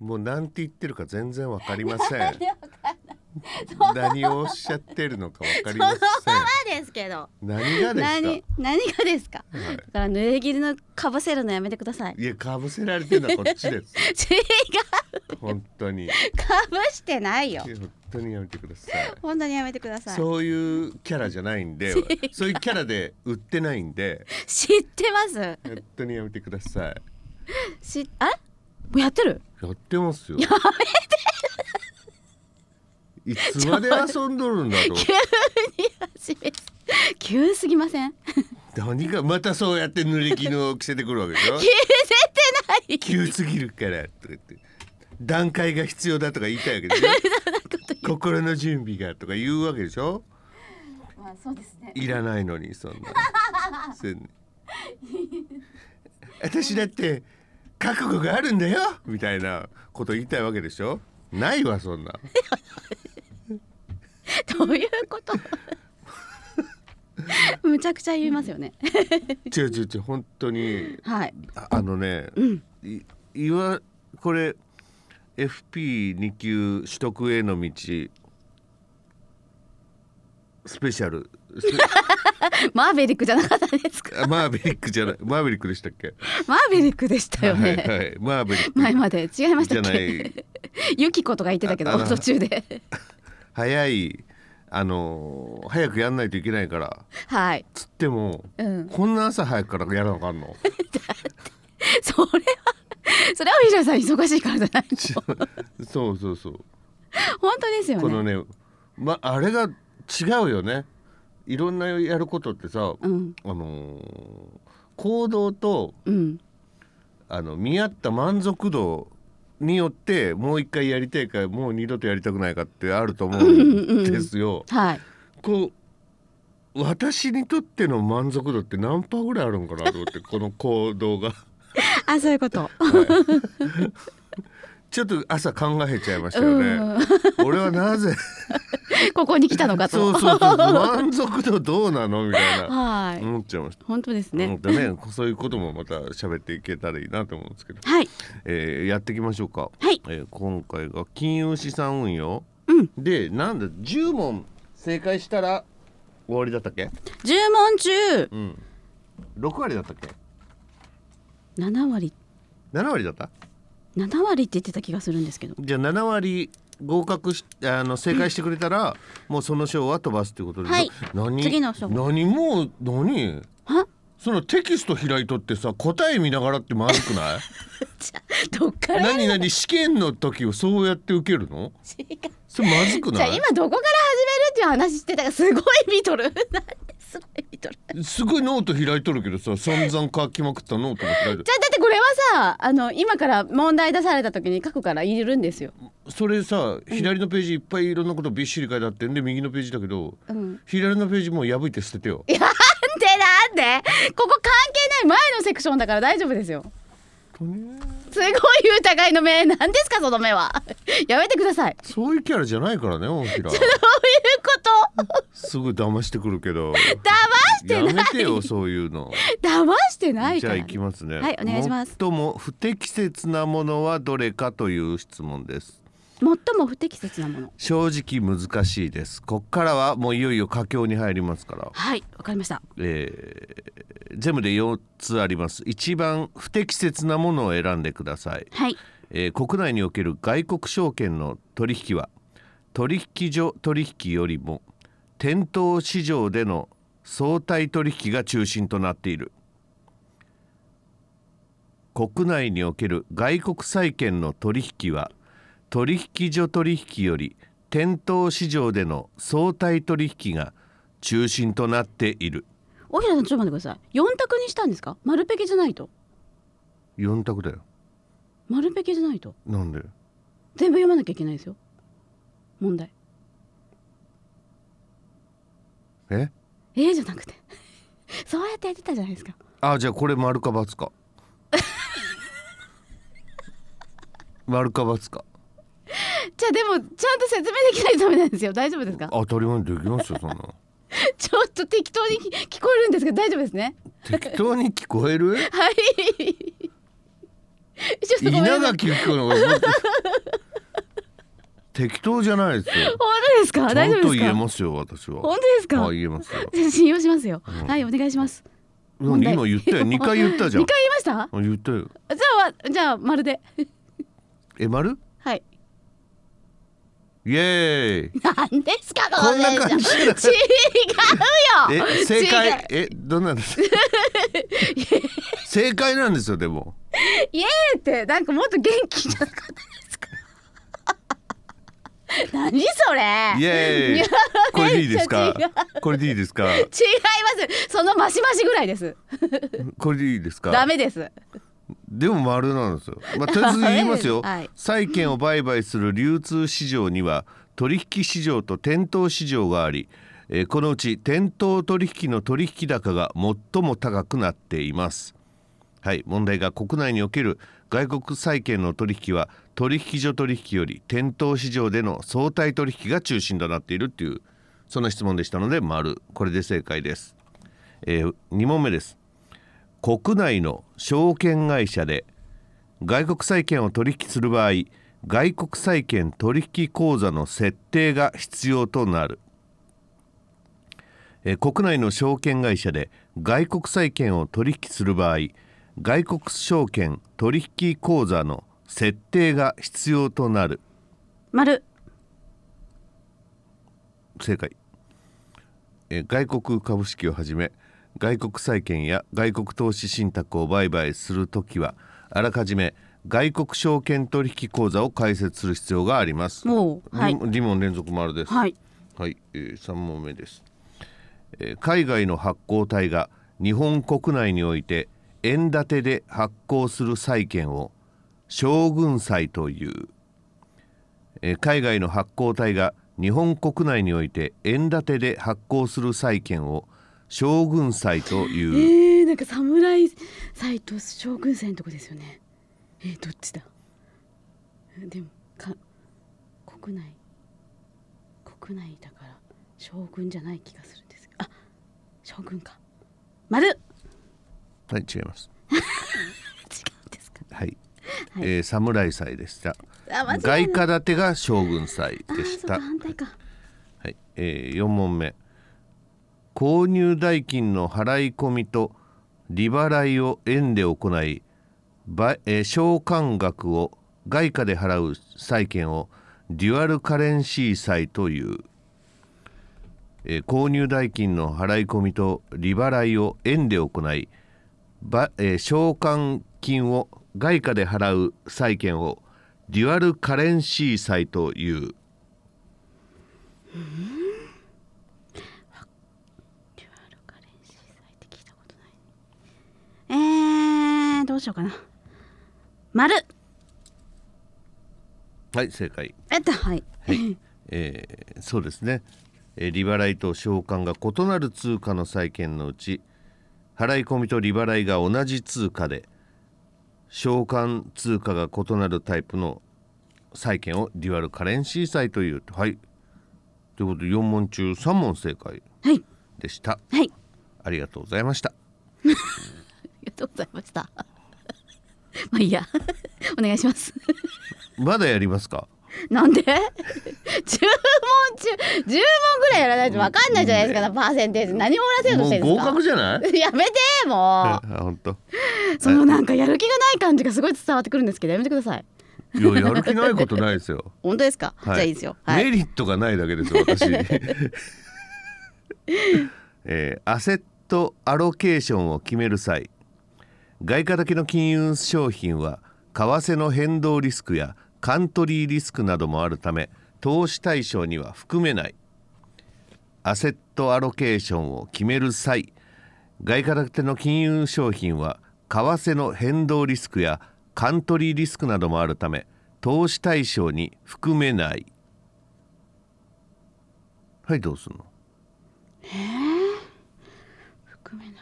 もうなんて言ってるか全然わかりませんいや わかんない何をおっしゃってるのかわかりそのまませんまですけど何がですか何何がですかはいだから濡れ着のかぶせるのやめてく ださい いやかぶせられてるのはこっちです違本当にうかぶしてないよ本当にやめてください本当にやめてくださいそういうキャラじゃないん でそういうキャラで売ってないんで知ってます本当にやめてくださいしあれもうやってるやってますよやめていつまで遊んどるんだろう 急に始め急すぎ ません何がまたそうやって濡れ着の着せてくるわけでしょ着せてない急すぎるからとか言って段階が必要だとか言いたいわけで しょ心の準備がとか言うわけでしょまあそうですねいらないのにそんなそんな私だって覚悟があるんだよみたいなこと言いたいわけでしょないわそんなどういうこと むちゃくちゃ言います よね違う違う違う本当にはいああのね、いいわこれ FP2 級取得への道スペシャルスペマーベリックじゃなかったですかあ マーヴェリックじゃないマーヴェリックでしたっけマーベリックでしたよね、はいはいマーヴェリック前まで違いましたっじゃないけ ユキコとか言ってたけどああの途中で早いあのー早くやんないといけないからはいつっても、うんこんな朝早くからやらなあか んのそれはそれは藤田さん忙しいからじゃないのそうそうそう本当ですよこのねねまあれが違うよねいろんなやることってさ、うんあのー行動とうんあの見合った満足度によってもう一回やりたいかもう二度とやりたくないかってあると思うんですよ。はいこう私にとっての満足度って何パーぐらいあるんかなと思ってこの行動 があそういうことちょっと朝考えちゃいましたよね。俺はなぜ ここに来たのか そとうそうそう満足度どうなのみたいな はい、思っちゃいました。本当ですなねのでねそういうこともまた喋っていけたらいいなと思うんですけど、はいえーやっていきましょうか。はいえー今回が金融資産運用、うんでなんだ10問正解したら終わりだったっけ、 10問中うん、6割だったっけ7割7割だった7割って言ってた気がするんですけどじゃあ7割合格しあの正解してくれたら、もうその賞は飛ばすっていうことで、はい何次の賞何もう何はそのテキスト開いとってさ答え見ながらってまずくない じゃあどっからやる何何試験の時をそうやって受けるの違うそれまずくじゃなあい今どこから始めるっていう話してたからすごい見とる なんですごい見とるすごいノート開いとるけどさ散々書きまくったノートも開いてじゃあだってこれはさあの今から問題出された時に書くから入れるんですよ、それさ左のページいっぱいいろんなことびっしり書いてあってんで右のページだけどうん、なん左のページもう破いて捨ててよでなんでここ関係ない前のセクションだから大丈夫ですよ本当ねすごい疑いの目なんですかその目は やめてくださいそういうキャラじゃないからね大平どういうことすぐ騙してくるけど騙 してやないめてよそういうの騙してないじかゃあら行きますねはいお願いします最も不適切なものはどれかという質問です最も不適切なもの正直難しいですこっからはもういよいよ佳境に入りますからはいわかりましたえー全部で4つあります一番不適切なものを選んでください、はいえー国内における外国証券の取引は取引所取引よりも店頭市場での相対取引が中心となっている国内における外国債券の取引は取引所取引より店頭市場での相対取引が中心となっている大平さんちょっと待ってください四択にしたんですか丸ペケじゃないと4択だよ丸ペケじゃないとなんで全部読まなきゃいけないですよ問題ええー、じゃなくて そうやってやってたじゃないですかあじゃあこれ丸か× か丸か×かじゃあでもちゃんと説明できないとダメなんですよ大丈夫ですか当たり前にできますよそん なちょっと適当に聞こえるんですけど大丈夫ですね適当に聞こえるはい正ちょっとごめん稲なさい垣由紀子の方がもっと適当じゃないですよ本当ですかちゃ大丈ん夫とです言えかますよ私は本当ですか、あ言えますよじゃあ信用しますよ、はいお願いします問題今言 ったよ二回言ったじゃん二回言いましたあ言ったよじゃあわじゃあまるでえ丸はいイエーイなんですかこんな感じ違うよえ正違解うえどんなんですか 正解なんですよでもイエーってなんかもっと元気じゃなかったですか 何それ イエーイこれでいいですかちょっとこれでいいですか違いますそのマシマシぐらいですこれでいいですかダメです。でも丸なんですよ。まあ、とりあえず言いますよ はい債券を売買する流通市場には取引市場と店頭市場があり、えーこのうち店頭取引の取引高が最も高くなっています。はい、問題が国内における外国債券の取引は取引所取引より店頭市場での相対取引が中心となっているっていうそんな質問でしたので丸これで正解です。えー、2問目です。国内の証券会社で外国債券を取引する場合外国債券取引口座の設定が必要となるえー国内の証券会社で外国債券を取引する場合外国証券取引口座の設定が必要となる丸正解えー外国株式をはじめ外国債券や外国投資信託を売買するときはあらかじめ外国証券取引口座を開設する必要がありますもうはいリモリモン連続丸ですはいはい、えー、3問目です、えー海外の発行体が日本国内において円建てで発行する債券を将軍債という、えー海外の発行体が日本国内において円建てで発行する債券を将軍債とえいうー、なんか侍斎藤将軍祭のとこですよねえー、どっちだえーでもか国内国内だから将軍じゃない気がするんですあ将軍か丸違はい違いますうんですかはい、はいえー侍債でしたあ間違え外た貨建てが将軍債あでーしそうかた反対かはい、えー、4問目購入代金の払い込みと利払いを円で行いば、えー、償還額を外貨で払う債券をデュアルカレンシー債という、えー購入代金の払い込みと利払いを円で行いば、えー償還金を外貨で払う債券をデュアルカレンシー債というデュアルカレンシー祭って聞いたことないえー、どうしようかな丸はい正解えっとはいはい、えーそうですね、えー利払いと償還が異なる通貨の債券のうち払い込みと利払いが同じ通貨で償還通貨が異なるタイプの債券をデュアルカレンシー債というはいということで4問中3問正解 はいでしたはいありありがとうございましたがとうございました まあいいや お願いします まだやりますかなんで ?10 問中10問ぐらいやらないと分かんないじゃないですか、パーセンテージ何もらせようともしうてるん合ですか格じゃない やめてもあ本当うそのなんかやる気がない感じがすごい伝わってくるんですけどやめてくださいいややる気ないことないですよ本当ですか、はいじゃあいいですよはい、メリットがないだけですよ 私、えーアセットアロケーションを決める際外貨先の金融商品は為替の変動リスクやカントリーリスクなどもあるため投資対象には含めないアセットアロケーションを決める際外貨建ての金融商品は為替の変動リスクやカントリーリスクなどもあるため投資対象に含めないはいどうするの含めない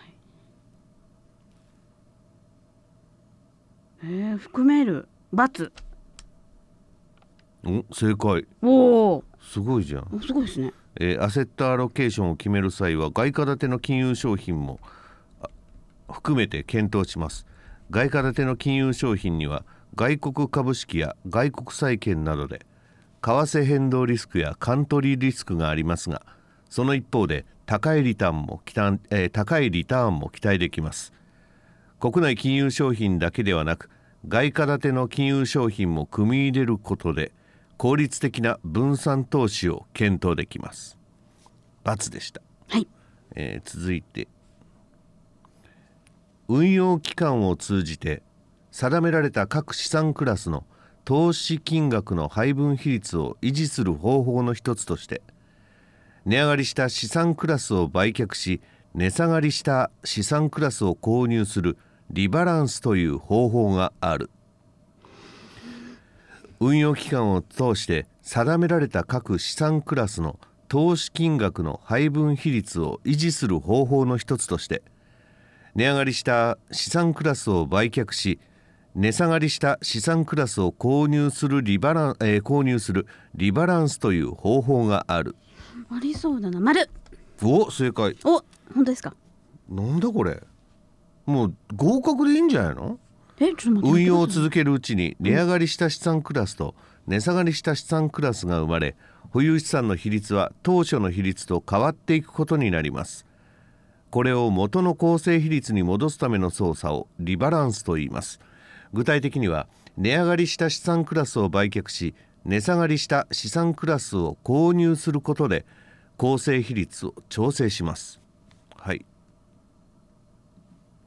えー、含める×お正解おおすごいじゃん、すごいですねえーアセットアロケーションを決める際は外貨建ての金融商品もあ含めて検討します外貨建ての金融商品には外国株式や外国債券などで為替変動リスクやカントリーリスクがありますがその一方で高いリターンも期待、えー高いリターンも期待できます国内金融商品だけではなく外貨建ての金融商品も組み入れることで効率的な分散投資を検討できます×でした、はいえー続いて運用期間を通じて定められた各資産クラスの投資金額の配分比率を維持する方法の一つとして値上がりした資産クラスを売却し値下がりした資産クラスを購入するリバランスという方法がある運用期間を通して定められた各資産クラスの投資金額の配分比率を維持する方法の一つとして値上がりした資産クラスを売却し値下がりした資産クラスを購入するリバラン、えー購入するリバランスという方法があるありそうだな丸お正解お本当ですかなんだこれもう合格でいいんじゃないのえちょっと待って運用を続けるうちに値上がりした資産クラスと値下がりした資産クラスが生まれ保有資産の比率は当初の比率と変わっていくことになりますこれを元の構成比率に戻すための操作をリバランスと言います具体的には値上がりした資産クラスを売却し値下がりした資産クラスを購入することで構成比率を調整しますはい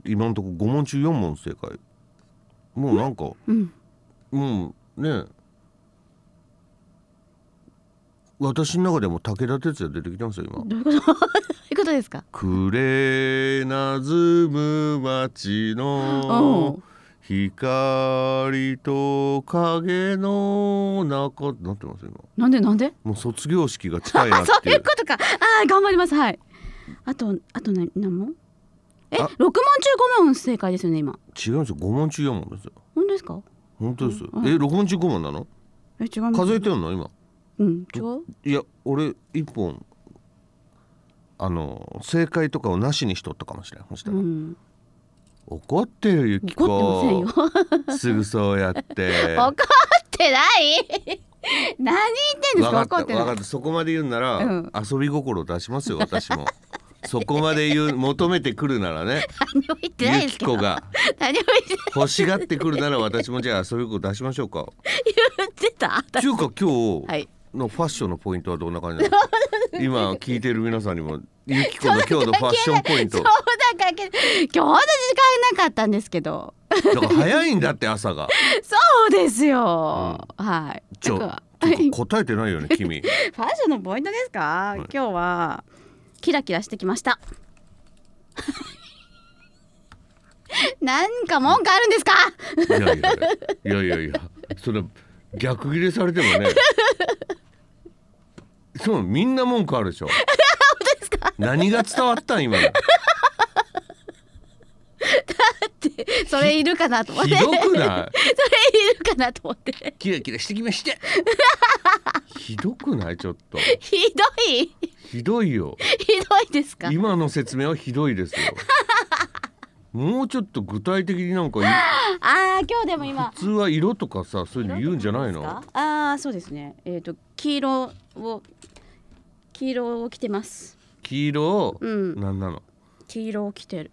今のところ5問中4問正解もうなんかうんもうね私の中でも武田鉄矢出てきてますよ今どういうこと どういうことですか「くれなずむ街のおう光と影の中」なってますよ今なんでなんでもう卒業式が近いなあっ そうていいううことかあー頑張りますはいあとあと何何問えあ六問中五問正解ですよね今違うんですよ5問中4問ですよ本当ですか本当ですようんえ6問中5問なのえ違います数えてんの今うん違ういや俺1本あの正解とかをなしにしとったかもしれんそしたうら。ん怒ってるゆきこ怒ってません よすぐそうやって 怒ってない 何言ってんですわか怒かっったてなわいかったそこまで言うんなら、うん遊び心出しますよ私もそこまで言う求めてくるなら ね何も言ってなゆいですきけどこが何も言って欲しがってくるなら私もじゃあ遊び心出しましょう か言ってたちゅうか今は日いのファッションのポイントはどんな感じなの 今聞いてる皆さんにもゆきこの今日のファッションポインそトうだかけ今日私時間なかったんですけどだから早いんだって朝 がそうですよ、はいちょなんかちょっと答えてないよね君ファッションのポイントですか、い今日はキラキラしてきました なんか文句あるんですかいやいやいやいやいやそれ逆切れされてもねそうみんな文句あるでしょ何が伝わったん今 のってそれいるかなと思っひて そどれくないいるかなと思ってキラキラしてきましてひどくないちょっとひどいひどいよひどいですか今の説明はひどいですよもうちょっと具体的になんかいああ今日でも今普通は色とかさそういうの言うんじゃないのああーそうですねえっ、と黄色を黄色を着てます黄色、うんなんなの、黄色を着てる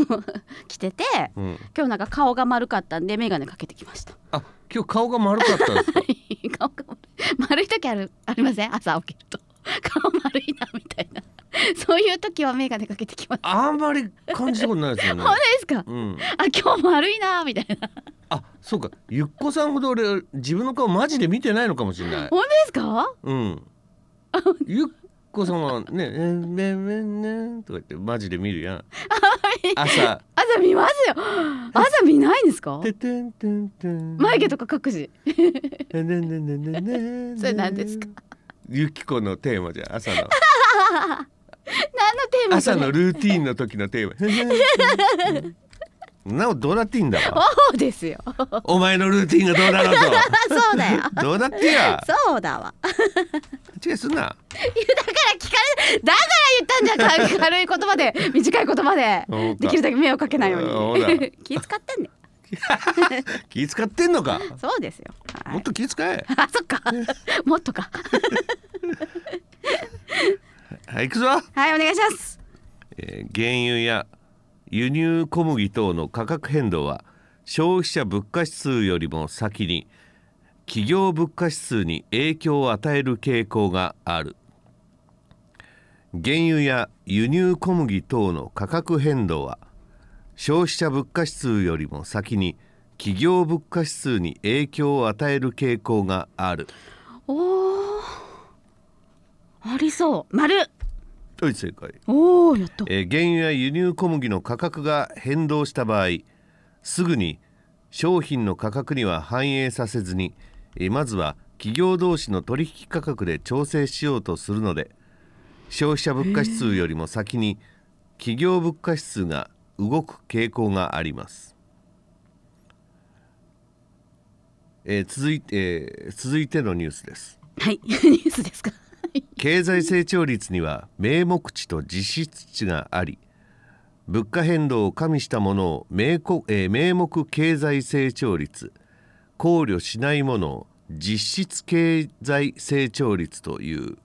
着ててうん、今日なんか顔が丸かったんで眼鏡かけてきました あ今日顔が丸かったんですか顔が丸い丸い時あるありません朝起きると 顔丸いなみたいな そういう時は眼鏡かけてきますあんまり感じたことないですよね本当。ですかうん、あ今日丸いなみたいなあそうかゆっこさんほど俺自分の顔マジで見てないのかもしれない。本当ですかうん、ゆっこさんはね「えーめんめんねん」とか言ってマジで見るやん。朝朝見ます よ朝見ないんですか「ててんてんてん」眉毛とか隠しねんねんねんねんねんねんそれ何ですかゆきこのテーマじゃん朝の 何のテーマそ朝れのルーティンの時のテーマ。なおどうだっていいんだわ。そうですよ お前のルーティンがどうだろうそうだよ と。どうだってや。そうだわ違いすんな。だから聞かれだから 言ったんじゃん軽軽い言葉で短い言葉でそうかできるだけ迷惑かけないようあほらに 気使ってんね 気使ってんのか、そうですよ。はもっい。と気遣えあ、そっか。 もっとか。はい行くぞはい、お願いします。えー原油や輸入小麦等の価格変動は消費者物価指数よりも先に企業物価指数に影響を与える傾向がある原油や輸入小麦等の価格変動は消費者物価指数よりも先に企業物価指数に影響を与える傾向があるおお。ありそう。丸。という正解おお、やっと。えー原油や輸入小麦の価格が変動した場合すぐに商品の価格には反映させずに、えーまずは企業同士の取引価格で調整しようとするので消費者物価指数よりも先に企業物価指数が動く傾向があります、えー続いてえー続いてのニュースですはい。 ニュースですか。経済成長率には名目値と実質値があり物価変動を加味したものを名こえー名目経済成長率考慮しないものを実質経済成長率という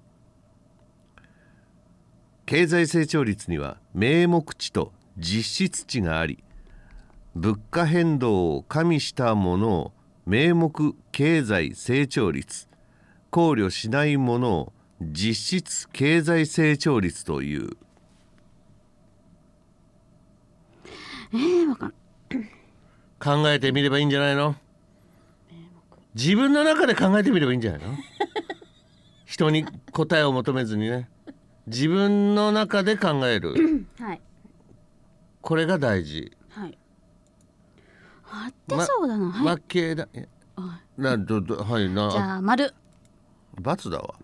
経済成長率には名目値と実質値があり物価変動を加味したものを名目経済成長率考慮しないものを実質経済成長率というええー、わかん。考えてみればいいんじゃないの自分の中で考えてみればいいんじゃない の人に答えを求めずにね自分の中で考えるはい。これが大事はい。あってそうだな。はい。負けだえはなどどはいなじゃあ、丸。罰だわ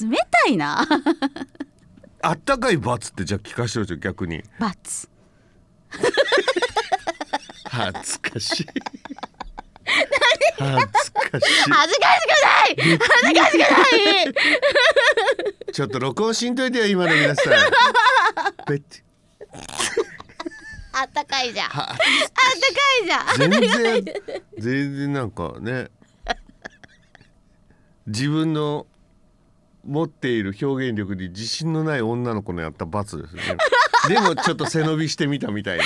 冷たいな。あったかい罰ってじゃあ聞かせてほしい逆に バツ。恥ずか しい恥ずかし恥ずかしくない。恥ずかしくない。 いちょっと録音しんといてよ今の皆さんペッてあったかいじゃん。あったはかいじゃん。全然全然なんかね自分の持っている表現力に自信のない女の子のやった罰ですねでもちょっと背伸びしてみたみたいな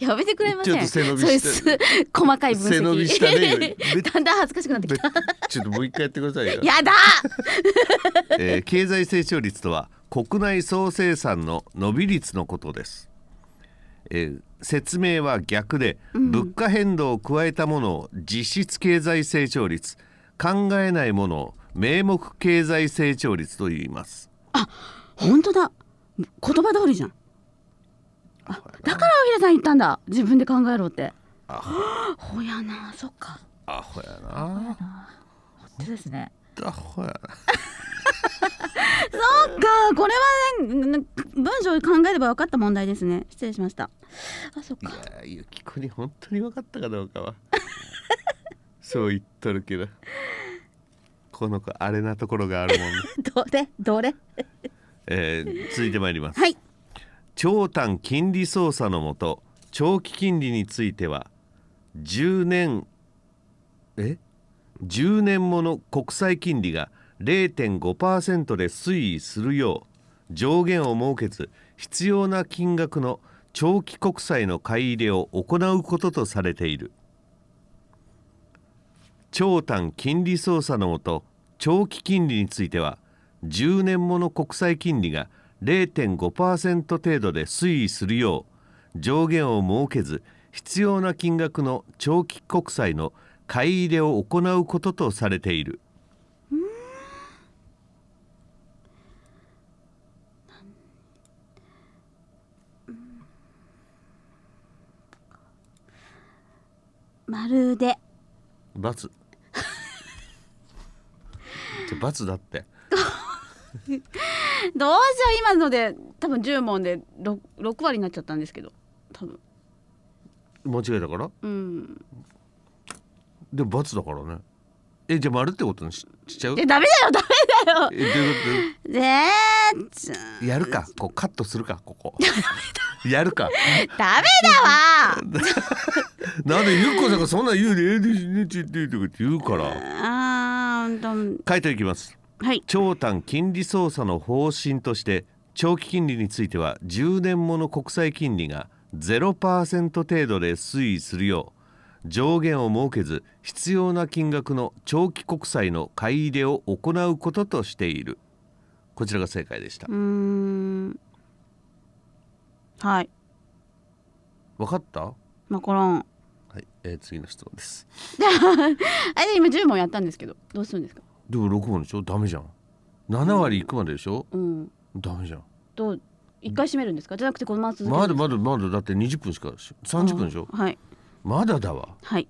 やめてくれませちん。ょっと背伸びしてそういう細かい分析。背伸びしたね だんだん恥ずかしくなってきた。ちょっともう一回やってくださいよやだ。 えー経済成長率とは国内総生産の伸び率のことです、えー説明は逆で、物価変動を加えたものを実質経済成長率考えないものを名目経済成長率と言います本当だ。言葉通りじゃん。あ、だからおひらさん言ったんだ。自分で考えろって。ほやな、そっか。アホやな本当ですね。アホやそっか、これは、ね、文章考えれば分かった問題ですね。失礼しました。あ、そっなか。いやーゆきこに本当に分かったかどうかは そう言っとるけどこの子あれなところがあるもんね、どれ、どれ。えー続いてまいりますはい。長短金利操作のもと長期金利については10年え10年もの国債金利が0.5%で推移するよう上限を設けず必要な金額の長期国債の買い入れを行うこととされている長短金利操作のもと長期金利については10年もの国債金利が0.5%程度で推移するよう上限を設けず必要な金額の長期国債の買い入れを行うこととされているまるで。罰じゃ罰だってどうしよう今ので多分10問で 6, 6割になっちゃったんですけど多分間違えたからうんでも罰だからねえじゃあ丸ってことにししちゃうえダメだよダメだよえどういうこねえちょとやるかこうカットするかここやるかダメだわなんでゆっこさんがそんな言うでええですねち ってとか言うからあーうん書いていきますとはい長短金利操作の方針として長期金利については10年もの国債金利が0%程度で推移するよう上限を設けず必要な金額の長期国債の買い入れを行うこととしているこちらが正解でしたうーんはい分かったはマコロン い、えー次の質問ですあれ今10問やったんですけどどうするんですかでも6問でしょダメじゃん7割いくまででしょうんダメじゃんどう一回閉めるんですかじゃなくてこのまま続けるまだんですかまだまだだって20分しかし30分でしょあーはいまだだわはい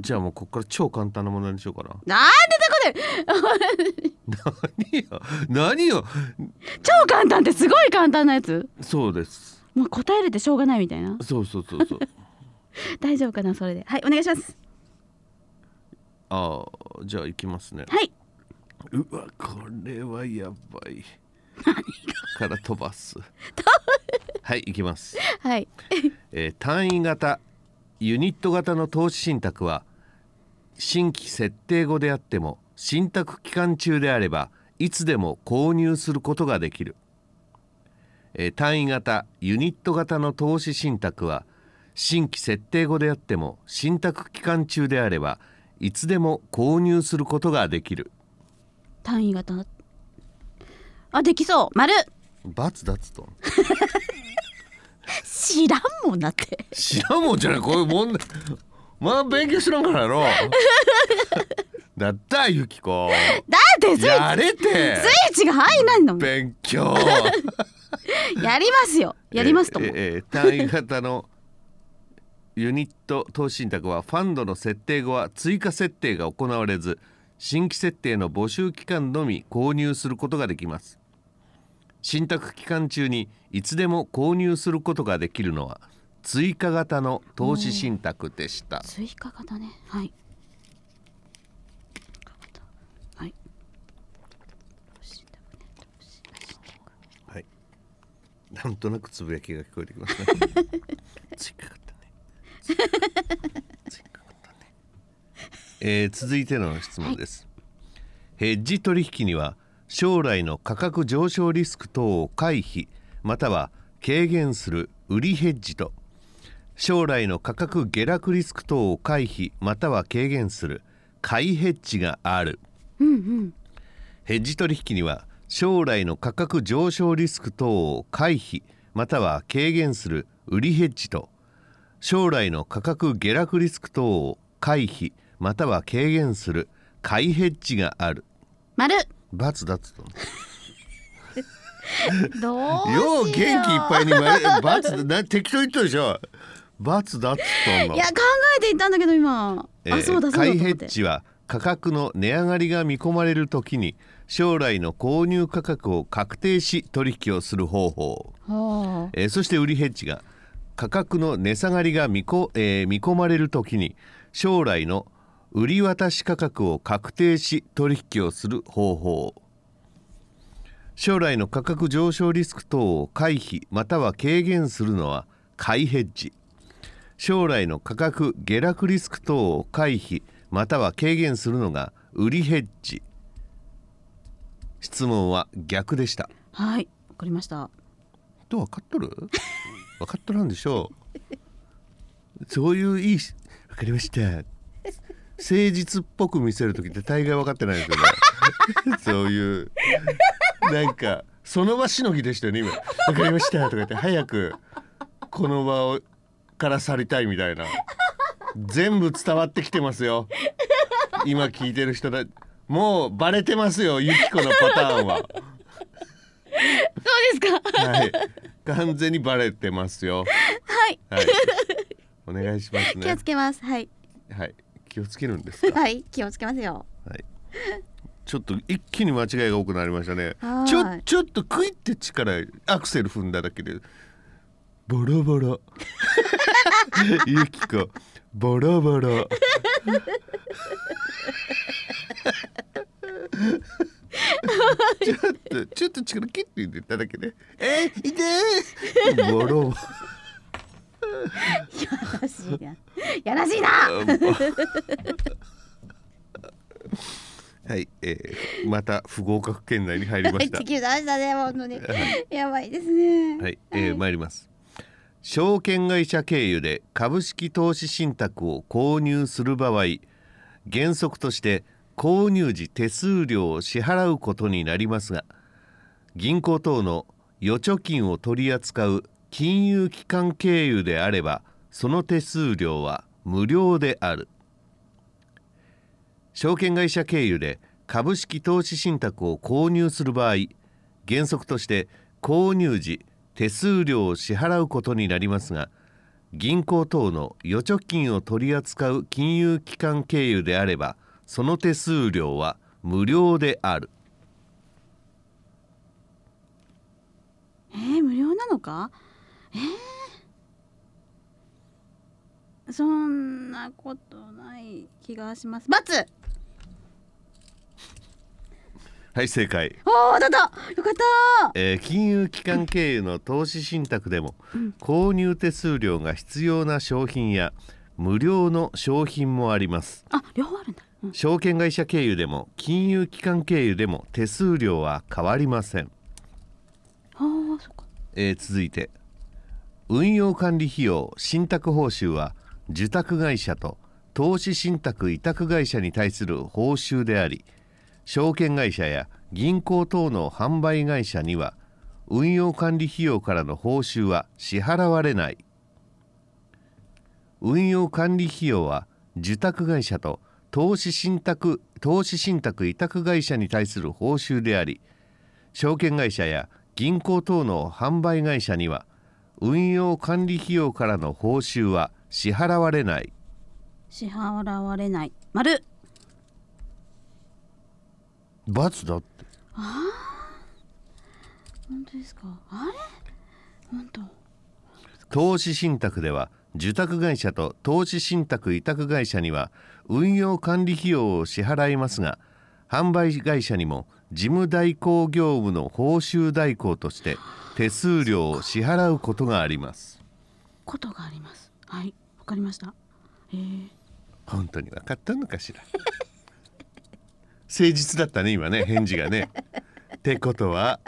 じゃあもうここから超簡単な問題にしようかな なんでそこで何よ何よ超簡単ってすごい簡単なやつそうですもう答えれてしょうがないみた いなそうそうそうそう大丈夫かなそれではいお願いしますああじゃあ行きますねはいうわこれはやばいから飛ばすはい行きます、はいえー単位型ユニット型の投資信託は新規設定後であっても信託期間中であればいつでも購入することができるえー単位型ユニット型の投資信託は新規設定後であっても信託期間中であればいつでも購入することができる単位型あできそう丸罰だっつとん知らんもんなって知らんもんじゃないこういう問題まあ勉強しらんからや ろだったゆきこだってスイッやれてチスイッチが入んないんだもん勉強やりますよやりますともえーえー単位型のユニット投資信託はファンドの設定後は追加設定が行われず新規設定の募集期間のみ購入することができます信託期間中にいつでも購入することができるのは追加型の投資信託でした追加型ねはい追加型はい投資だね投資はいなんとなくつぶやきが聞こえてきますね追加型ね追加型ねえー続いての質問です、ヘッジ取引には将来の価格上昇リスク等を回避または軽減する売りヘッジと将来の価格下落リスク等を回避または軽減する買いヘッジがあるうんうんヘッジ取引には将来の価格上昇リスク等を回避または軽減する売りヘッジと将来の価格下落リスク等を回避または軽減する買いヘッジがある 丸罰だっつったのどうよう元し気いっぱいにま罰だな適当言ったでしょ罰だっつったんだいや考えていたんだけど今、えーあそうだそうだと買い思ヘってッジは価格の値上がりが見込まれるときに将来の購入価格を確定し取引をする方法、はえーそして売りヘッジが価格の値下がりが見こ、えー見込まれるときに将来の売り渡し価格を確定し取引をする方法将来の価格上昇リスク等を回避または軽減するのは買いヘッジ将来の価格下落リスク等を回避または軽減するのが売りヘッジ質問は逆でしたあはいわかりましたと分かっとる分かっとらんでしょうそういういいし分かりました誠実っぽく見せる時って大概分かってないですよねそういうなんかその場しのぎでしたよね今「分かりました」とか言って早くこの場をから去りたいみたいな全部伝わってきてますよ今聞いてる人だもうバレてますよユキコのパターンは。そうですかはい、完全にバレてますよ。はいはい、お願いします気をねつ。けますはいはい、気をつけるんですか。はい気をつけます よはい。ちょっと一気に間違いが多くなりましたねは。いちょ、ちょっとクイって力、アクセル踏んだだけで。ボロボ ロ。ゆきこ。ボロ ボロ。ちょっとちょっと力切って言っただけで「えー、痛い!」ボロらしいなやらしいな はい、えー、また不合格圏内に入りました地球出したね本当にやばいですねはい、えー、参ります証券会社経由で株式投資信託を購入する場合原則として購入時手数料を支払うことになりますが銀行等の預貯金を取り扱う金融機関経由であればその手数料は無料である証券会社経由で株式投資信託を購入する場合原則として購入時手数料を支払うことになりますが銀行等の預貯金を取り扱う金融機関経由であればその手数料は無料であるえー、無料なのかえー、そんなことない気がしますバツはい正解、おおだったよかったえー金融機関経由の投資信託でも購入手数料が必要な商品や無料の商品もありますあ両方あるんだ、うん、証券会社経由でも金融機関経由でも手数料は変わりませんああそっかえー続いて運用管理費用信託報酬は受託会社と投資信託委託会社に対する報酬であり証券会社や銀行等の販売会社には運用管理費用からの報酬は支払われない運用管理費用は受託会社と投資信託投資信託委託会社に対する報酬であり証券会社や銀行等の販売会社には運用管理費用からの報酬は支払われない支払われない丸罰だって本当ですかあれ本当投資信託では受託会社と投資信託委託会社には運用管理費用を支払いますが販売会社にも事務代行業務の報酬代行として手数料を支払うことがありますことがありますはいわかりましたえー、本当に分かったのかしら 誠実だったね今ね返事がねってことは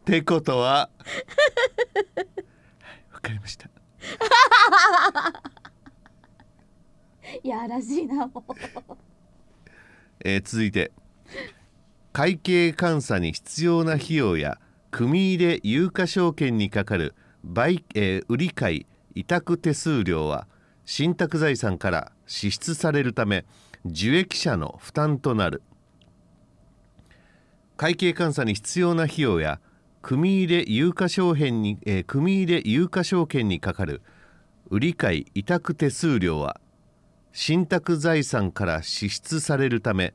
ってことははいわかりましたいやらしいなもうえー続いて会計監査に必要な費用や組入れ有価証券にかかる売,、えー売り買い委託手数料は信託財産から支出されるため受益者の負担となる会計監査に必要な費用や組入れ有価証券に、えー組入れ有価証券にかかる売り買い委託手数料は信託財産から支出されるため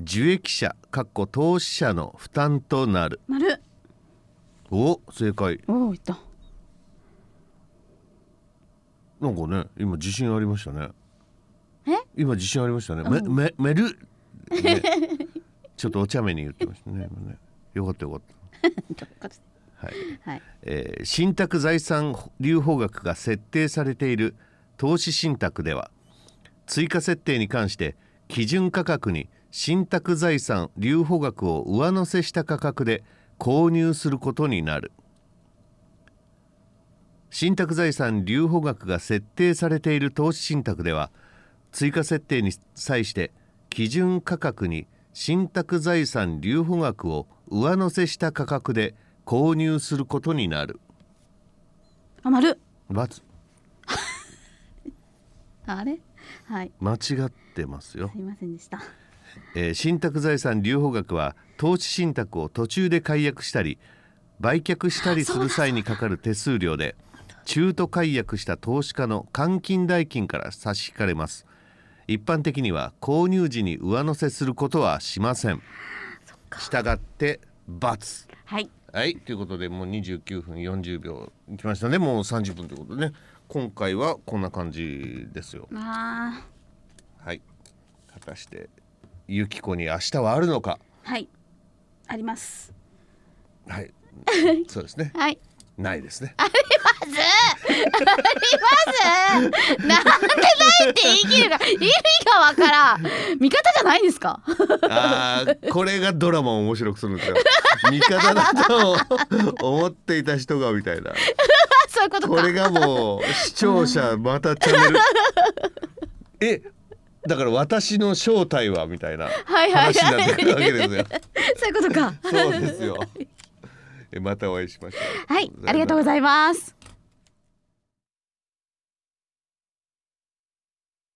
受益者かっこ投資者の負担となる丸お正解おおいったなんかね今自信ありましたねえ今自信ありましたねめめめる、ねちょっとお茶目に言ってましたね今ねよかったよかったはいはいえー信託財産留保額が設定されている投資信託では追加設定に関して基準価格に信託財産留保額を上乗せした価格で購入することになる信託財産留保額が設定されている投資信託では追加設定に際して基準価格に信託財産留保額を上乗せした価格で購入することになるあ丸罰あれはい間違ってますよすいませんでしたえー信託財産留保額は投資信託を途中で解約したり売却したりする際にかかる手数料で中途解約した投資家の換金代金から差し引かれます一般的には購入時に上乗せすることはしませんしたがって×はいはいということでもう29分40秒いきましたねもう30分ということでね今回はこんな感じですよあはい果たしてゆき子に明日はあるのかーはいあります はい。そうですね。はいないですね。まずありますなんでないって言い切るか意味がわからん味方じゃないんですかああ、これがドラマを面白くするんですよ。味方だと思っていた人がみたいな。 そういうことこかれがもう視聴者またチャ ンネル。え、だから私の正体はみたいなはいはいはい話になってくるわけですよ。そういうことかそうですよ。えまたお会いしましょう。はいありがとうございます